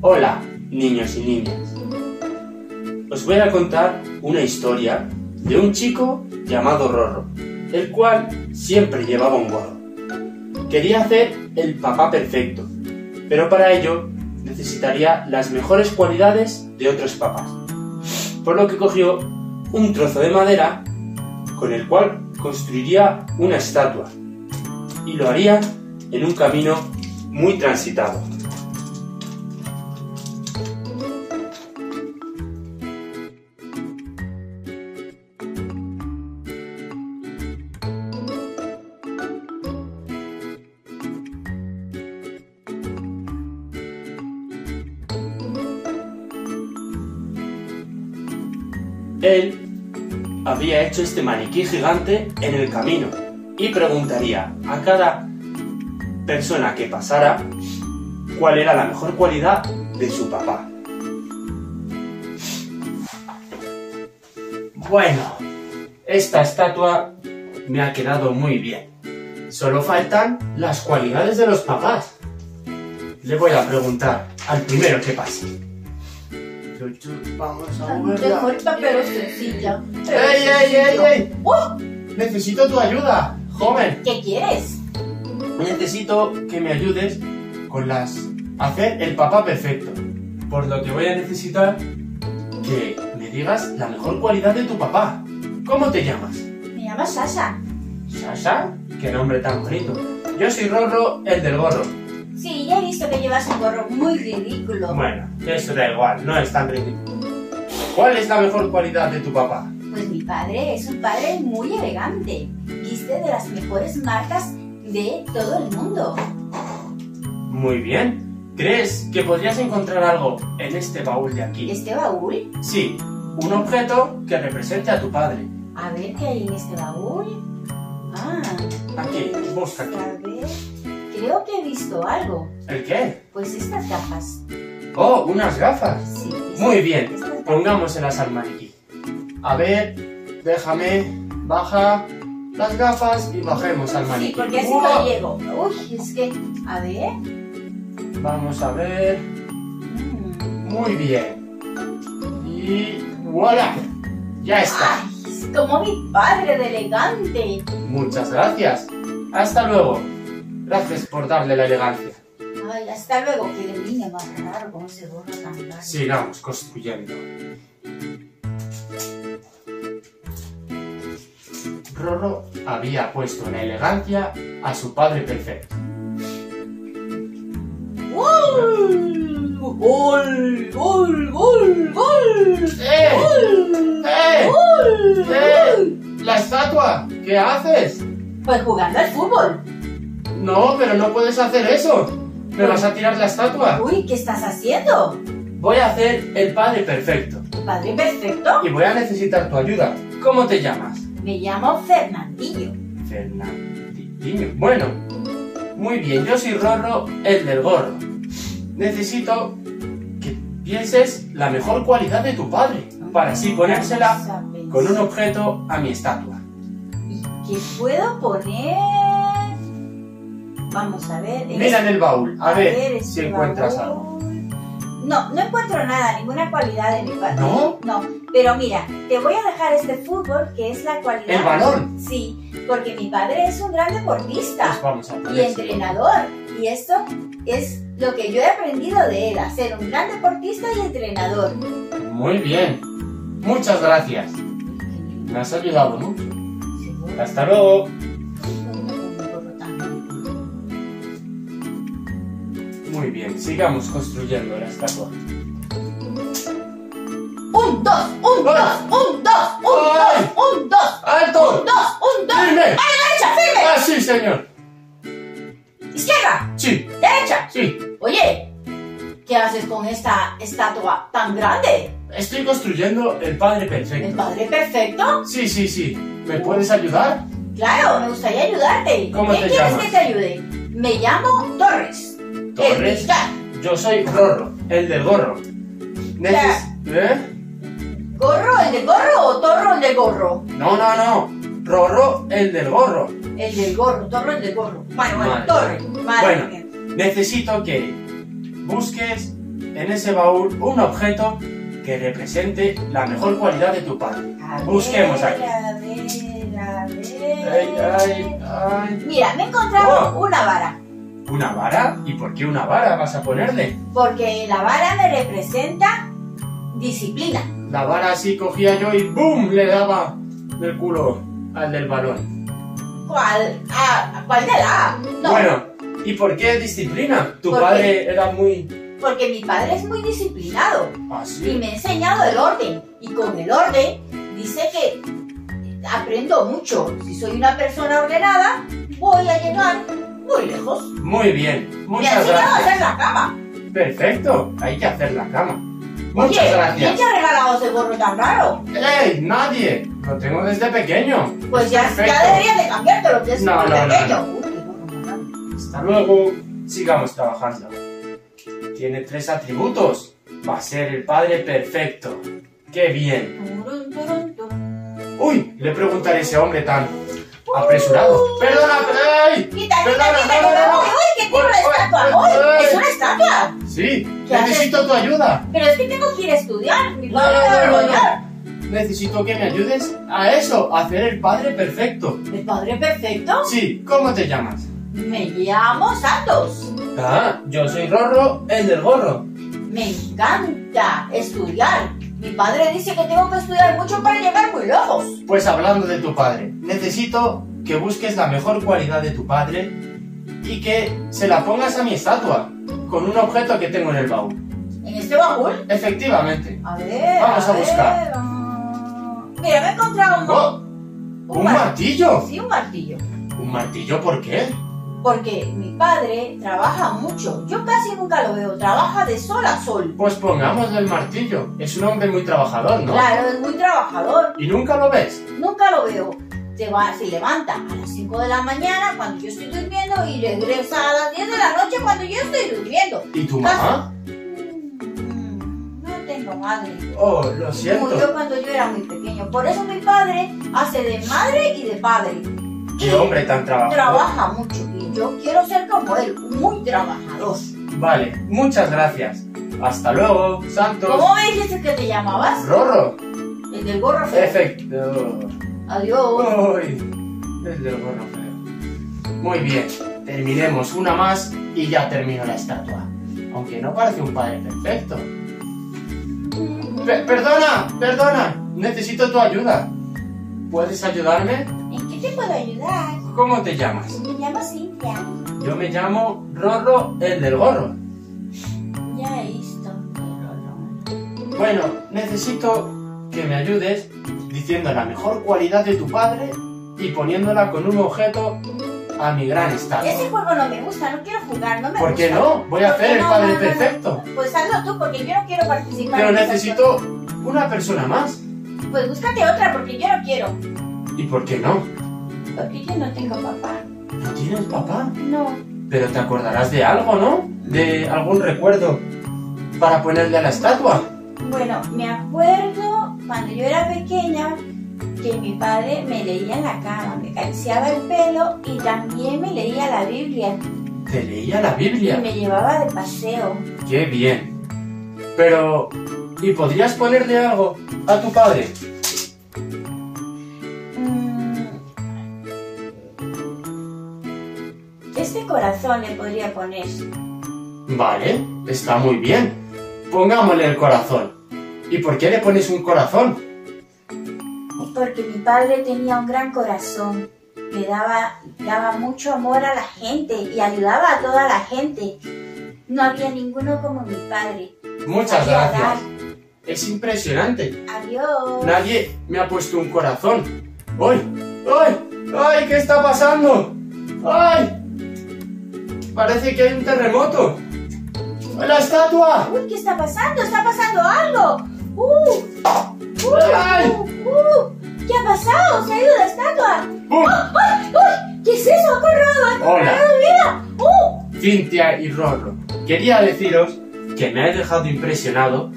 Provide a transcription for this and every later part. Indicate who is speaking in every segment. Speaker 1: Hola, niños y niñas. Os voy a contar una historia de un chico llamado Rorro, el cual siempre llevaba un gorro. Quería hacer el papá perfecto, pero para ello necesitaría las mejores cualidades de otros papás. Por lo que cogió un trozo de madera con el cual construiría una estatua y lo haría en un camino muy transitado. Él había hecho este maniquí gigante en el camino y preguntaría a cada persona que pasara cuál era la mejor cualidad de su papá. Bueno, esta estatua me ha quedado muy bien. Solo faltan las cualidades de los papás. Le voy a preguntar al primero que pase. Vamos a moverla.
Speaker 2: Mejor pero sencilla.
Speaker 1: ¡Ey, ey, ey, ey!
Speaker 2: ¡Uy!
Speaker 1: Necesito tu ayuda, joven.
Speaker 2: ¿Qué quieres?
Speaker 1: Necesito que me ayudes con las... Hacer el papá perfecto. Por lo que voy a necesitar que me digas la mejor cualidad de tu papá. ¿Cómo te llamas?
Speaker 2: Me llamo Sasha.
Speaker 1: ¿Sasha? Qué nombre tan bonito. Yo soy Rorro, el del gorro.
Speaker 2: Sí, ya he visto que llevas un gorro muy ridículo.
Speaker 1: Bueno, eso da igual, no es tan ridículo. ¿Cuál es la mejor cualidad de tu papá?
Speaker 2: Pues mi padre es un padre muy elegante. Viste de las mejores marcas de todo el mundo.
Speaker 1: Muy bien. ¿Crees que podrías encontrar algo en este baúl de aquí?
Speaker 2: ¿Este baúl?
Speaker 1: Sí, un objeto que represente a tu padre.
Speaker 2: A ver qué hay en este baúl. Ah,
Speaker 1: Aquí, busca aquí.
Speaker 2: a ver. Creo que he visto algo.
Speaker 1: ¿El qué?
Speaker 2: Pues estas gafas.
Speaker 1: Oh, unas gafas.
Speaker 2: Sí.
Speaker 1: Muy bien,
Speaker 2: estas gafas.
Speaker 1: pongámoselas al maniquí. A ver, déjame, baja las gafas y bajemos al maniquí.
Speaker 2: Sí, porque así
Speaker 1: ¡Uah!
Speaker 2: no llego. Uy, es que. A ver.
Speaker 1: Vamos a ver.
Speaker 2: mm.
Speaker 1: Muy bien. Y... ¡Voilà! Ya está.
Speaker 2: Ay, es como mi padre de elegante.
Speaker 1: Muchas gracias. Hasta luego. Gracias por darle la elegancia.
Speaker 2: Ay, hasta luego, que el niño más largo, con ese gorro tan largo.
Speaker 1: Sigamos construyendo. Rorro había puesto en elegancia a su padre perfecto.
Speaker 2: ¡Gol! ¡Gol! ¡Gol! ¡Gol! ¡Gol!
Speaker 1: ¡Eh! ¡Eh!
Speaker 2: ¡Gol!
Speaker 1: ¡Eh! ¡La estatua! ¿Qué haces?
Speaker 2: Pues jugando al fútbol.
Speaker 1: No, pero no puedes hacer eso. Me vas a tirar la estatua.
Speaker 2: Uy, ¿qué estás haciendo?
Speaker 1: Voy a hacer el padre perfecto.
Speaker 2: Padre perfecto.
Speaker 1: Y voy a necesitar tu ayuda. ¿Cómo te llamas?
Speaker 2: Me llamo Fernandillo.
Speaker 1: Fernandinho. Bueno, muy bien, yo soy Rorro, el del gorro. Necesito que pienses la mejor cualidad de tu padre para así ponérsela con un objeto a mi estatua.
Speaker 2: ¿Y qué puedo poner? Vamos a ver. en
Speaker 1: Mira en el baúl, a ver
Speaker 2: este
Speaker 1: si encuentras
Speaker 2: baúl.
Speaker 1: algo.
Speaker 2: No, no encuentro nada, ninguna cualidad de mi padre.
Speaker 1: ¿No?
Speaker 2: No, pero mira, te voy a dejar este fútbol que es la cualidad.
Speaker 1: El balón.
Speaker 2: Sí, porque mi padre es un gran deportista
Speaker 1: Pues vamos a
Speaker 2: y
Speaker 1: poner.
Speaker 2: entrenador. Y esto es lo que yo he aprendido de él, a ser un gran deportista y entrenador.
Speaker 1: Muy bien, muchas gracias. Me has ayudado mucho. Hasta luego. Muy bien, sigamos construyendo la estatua.
Speaker 2: Un, dos, un, dos, un, dos, un, dos, un, dos,
Speaker 1: ¡Alto!
Speaker 2: un, dos, un, dos.
Speaker 1: ¡Firme!
Speaker 2: ¡A la derecha, firme!
Speaker 1: ¡Ah, sí, señor!
Speaker 2: ¡Izquierda!
Speaker 1: Sí,
Speaker 2: ¡Derecha!
Speaker 1: sí.
Speaker 2: Oye, ¿qué haces con esta estatua tan grande?
Speaker 1: Estoy construyendo el padre
Speaker 2: ¿El
Speaker 1: perfecto.
Speaker 2: padre perfecto?
Speaker 1: Sí, sí, sí. ¿Me puedes ayudar?
Speaker 2: Claro, me gustaría ayudarte.
Speaker 1: ¿Cómo
Speaker 2: ¿Qué
Speaker 1: te
Speaker 2: quieres
Speaker 1: llamas?
Speaker 2: que te ayude? Me llamo Torres. El
Speaker 1: Torres.
Speaker 2: militar.
Speaker 1: Yo soy Rorro, el del gorro. Neces ¿Eh?
Speaker 2: ¿Gorro el del gorro o torro el del gorro?
Speaker 1: No, no, no. Rorro, el del gorro.
Speaker 2: El del gorro, torro el del gorro. Bueno, bueno,
Speaker 1: Madre.
Speaker 2: Torres. Madre
Speaker 1: Bueno.
Speaker 2: mía.
Speaker 1: Necesito que busques en ese baúl un objeto que represente la mejor cualidad de tu padre.
Speaker 2: A ver,
Speaker 1: Busquemos aquí.
Speaker 2: A ver, a ver.
Speaker 1: Ay, ay, ay.
Speaker 2: Mira, me he encontrado
Speaker 1: Oh.
Speaker 2: una vara.
Speaker 1: ¿Una vara? ¿Y por qué una vara vas a ponerle?
Speaker 2: Porque la vara me representa disciplina.
Speaker 1: La vara así cogía yo y ¡boom! le daba del culo al del balón.
Speaker 2: ¿Cuál? Ah, ¿Cuál de la? A? No,
Speaker 1: Bueno, ¿y por qué disciplina? Tu
Speaker 2: ¿Por
Speaker 1: padre era muy...
Speaker 2: porque mi padre es muy disciplinado y
Speaker 1: así.
Speaker 2: me ha enseñado el orden. Y con el orden dice que aprendo mucho. Si soy una persona ordenada, voy a llegar muy lejos.
Speaker 1: Muy bien,
Speaker 2: Me ha
Speaker 1: muchas
Speaker 2: enseñado a
Speaker 1: gracias.
Speaker 2: hacer la cama.
Speaker 1: Perfecto, hay que hacer la cama.
Speaker 2: Oye,
Speaker 1: Muchas
Speaker 2: ¿quién
Speaker 1: gracias.
Speaker 2: te ha regalado ese gorro tan raro?
Speaker 1: ¡Ey, nadie! Lo tengo desde pequeño.
Speaker 2: Pues ya,
Speaker 1: Perfecto.
Speaker 2: ya deberías de cambiártelo, que es
Speaker 1: No,
Speaker 2: muy
Speaker 1: no, no,
Speaker 2: pequeño. Uy, qué gorro más grande.
Speaker 1: Hasta luego, sigamos trabajando. Tiene tres atributos. Va a ser el padre perfecto. ¡Qué bien!
Speaker 2: Turun, turun, turun.
Speaker 1: ¡Uy! Le preguntaré a ese hombre tan apresurado. ¡Perdona! ¡Ey!
Speaker 2: Quita, quita,
Speaker 1: Perdona,
Speaker 2: quita,
Speaker 1: no,
Speaker 2: que me
Speaker 1: no, no.
Speaker 2: voy. Uy, que tiene una
Speaker 1: Uy, uy,
Speaker 2: estatua.
Speaker 1: uy,
Speaker 2: Uy,
Speaker 1: uy.
Speaker 2: es una estatua.
Speaker 1: Sí,
Speaker 2: ¿Qué haces?
Speaker 1: necesito tu ayuda.
Speaker 2: Pero es que tengo que ir a estudiar. Mi
Speaker 1: No,
Speaker 2: padre
Speaker 1: no,
Speaker 2: me va a
Speaker 1: no, no,
Speaker 2: regañar.
Speaker 1: Necesito que me ayudes a eso, a hacer el padre perfecto.
Speaker 2: El padre perfecto.
Speaker 1: Sí, ¿cómo te llamas?
Speaker 2: Me llamo Santos.
Speaker 1: Ah, yo soy Rorro, el del gorro.
Speaker 2: Me encanta estudiar. Mi padre dice que tengo que estudiar mucho para llegar muy lejos.
Speaker 1: Pues hablando de tu padre, necesito que busques la mejor cualidad de tu padre y que se la pongas a mi estatua, con un objeto que tengo en el baúl.
Speaker 2: En este baúl.
Speaker 1: Efectivamente.
Speaker 2: A ver.
Speaker 1: Vamos a
Speaker 2: ver,
Speaker 1: buscar.
Speaker 2: ah, Mira, me he encontrado un,
Speaker 1: ¡Oh! ¡Un martillo!
Speaker 2: Sí, un martillo.
Speaker 1: ¿Un martillo por qué?
Speaker 2: Porque mi padre trabaja mucho. Yo casi nunca lo veo. Trabaja de sol a sol.
Speaker 1: Pues pongámosle el martillo. Es un hombre muy trabajador, ¿no?
Speaker 2: Claro, es muy trabajador.
Speaker 1: ¿Y nunca lo ves?
Speaker 2: Nunca lo veo. Se, va, se levanta a las 5 de la mañana cuando yo estoy durmiendo y regresa a las 10 de la noche cuando yo estoy durmiendo.
Speaker 1: ¿Y tu mamá?
Speaker 2: Mm, No tengo madre.
Speaker 1: Oh, lo siento.
Speaker 2: Murió cuando yo era muy pequeño. Por eso mi padre hace de madre y de padre.
Speaker 1: ¡Qué hombre tan trabajador!
Speaker 2: Trabaja mucho y yo quiero ser como él, muy trabajador.
Speaker 1: Vale, muchas gracias. Hasta luego, Santos.
Speaker 2: ¿Cómo me dijiste que te llamabas?
Speaker 1: Rorro.
Speaker 2: El del gorro feo.
Speaker 1: Efecto.
Speaker 2: Adiós.
Speaker 1: Uy, el del gorro feo. Muy bien, terminemos una más y ya termino la estatua. Aunque no parece un padre perfecto. Pe- perdona, perdona. Necesito tu ayuda. ¿Puedes ayudarme?
Speaker 2: ¿En qué te puedo ayudar?
Speaker 1: ¿Cómo te llamas?
Speaker 2: Me llamo Cintia.
Speaker 1: Yo me llamo Rorro el del gorro.
Speaker 2: Ya he visto.
Speaker 1: Bueno, necesito que me ayudes diciendo la mejor cualidad de tu padre y poniéndola con un objeto a mi gran
Speaker 2: Ese
Speaker 1: estatua.
Speaker 2: juego no me gusta, no quiero jugar, no me
Speaker 1: ¿Por
Speaker 2: gusta.
Speaker 1: qué no? Voy a
Speaker 2: Porque
Speaker 1: hacer el
Speaker 2: no,
Speaker 1: padre
Speaker 2: no, no, no.
Speaker 1: perfecto.
Speaker 2: Pues hazlo tú, porque yo no quiero participar.
Speaker 1: Pero
Speaker 2: en esas
Speaker 1: necesito una persona más.
Speaker 2: cosas. Pues búscate otra, porque yo no quiero.
Speaker 1: ¿Y por qué no?
Speaker 2: Porque yo no tengo papá.
Speaker 1: No tienes papá.
Speaker 2: No.
Speaker 1: Pero te acordarás de algo, ¿no? De algún recuerdo para ponerle a la estatua.
Speaker 2: Bueno, me acuerdo cuando yo era pequeña que mi padre me leía en la cama, me acariciaba el pelo y también me leía la Biblia
Speaker 1: Te leía la
Speaker 2: y
Speaker 1: Biblia.
Speaker 2: me llevaba de paseo.
Speaker 1: ¡Qué bien! Pero... ¿Y podrías ponerle algo a tu padre?
Speaker 2: Mm. Este corazón le podría poner.
Speaker 1: Vale, está muy bien. Pongámosle el corazón. ¿Y por qué le pones un corazón?
Speaker 2: Porque mi padre tenía un gran corazón. Le daba, daba mucho amor a la gente y ayudaba a toda la gente. No había ninguno como mi padre.
Speaker 1: Muchas
Speaker 2: Sabía
Speaker 1: gracias. Es impresionante.
Speaker 2: dar. Adiós.
Speaker 1: Nadie me ha puesto un corazón. ¡Ay! ¡Ay! ¡Ay! ¿Qué está pasando? ¡Ay! Parece que hay un terremoto. ¡La estatua!
Speaker 2: Uy, ¿qué está pasando? ¿Está pasando algo? ¡Uh!
Speaker 1: ¡Ay!
Speaker 2: ¡Uh! ¡Uh! ¿Qué ha pasado? ¡Se ha ido la estatua!
Speaker 1: ¡Bum!
Speaker 2: ¡Ay! ¡Uy! ¿Qué es eso? ¡Ha corrido! ¡Ha corrido!
Speaker 1: Hola.
Speaker 2: ¡Mira! ¡Uh!
Speaker 1: Cintia y Rorro. Quería deciros que me has dejado impresionado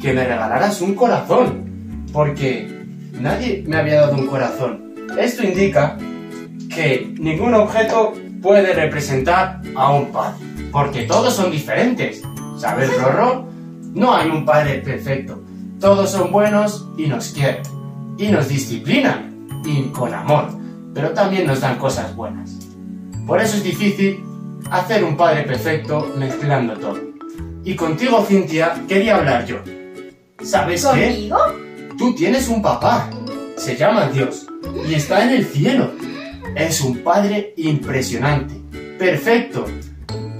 Speaker 1: que me regalaras un corazón, porque nadie me había dado un corazón. Esto indica que ningún objeto puede representar a un padre, porque todos son diferentes. ¿Sabes, Rorro? No hay un padre perfecto. Todos son buenos y nos quieren. Y nos disciplinan. Y con amor. Pero también nos dan cosas buenas. Por eso es difícil hacer un padre perfecto mezclando todo.
Speaker 3: Y contigo, Cintia, quería hablar yo. ¿Sabes qué?
Speaker 2: ¿Conmigo?
Speaker 1: Tú tienes un papá. Se llama Dios. Y está en el cielo. Es un padre impresionante. Perfecto.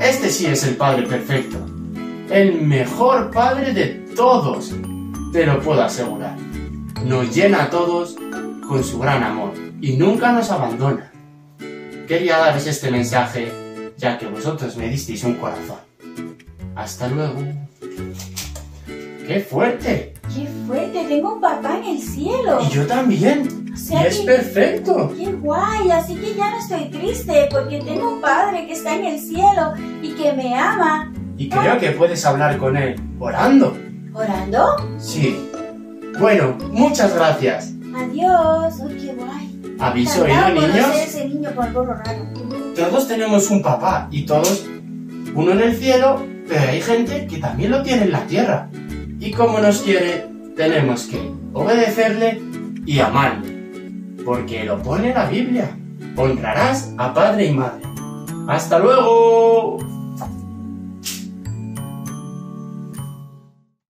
Speaker 1: Este sí es el padre perfecto. El mejor padre de todos. Te lo puedo asegurar. Nos llena a todos con su gran amor. Y nunca nos abandona. Quería daros este mensaje ya que vosotros me disteis un corazón. Hasta luego. ¡Qué fuerte!
Speaker 2: ¡Qué fuerte! Tengo un papá en el cielo.
Speaker 1: Y yo también.
Speaker 2: O
Speaker 1: Y
Speaker 2: sea
Speaker 1: es
Speaker 2: que-
Speaker 1: perfecto.
Speaker 2: ¡Qué guay! Así que ya no estoy triste porque tengo un padre que está en el cielo y que me ama.
Speaker 1: Y creo que puedes hablar con él orando.
Speaker 2: ¿Orando?
Speaker 1: Sí. Bueno, muchas gracias.
Speaker 2: Adiós. ¡Ay, qué guay!
Speaker 1: ¿Habéis
Speaker 2: Encantado
Speaker 1: oído,
Speaker 2: de conocer a
Speaker 1: niños?
Speaker 2: ese niño con gorro raro.
Speaker 1: Todos tenemos un papá y todos, uno en el cielo, pero hay gente que también lo tiene en la tierra. Y como nos quiere, tenemos que obedecerle y amarle. Porque lo pone la Biblia. Honrarás a padre y madre. ¡Hasta luego!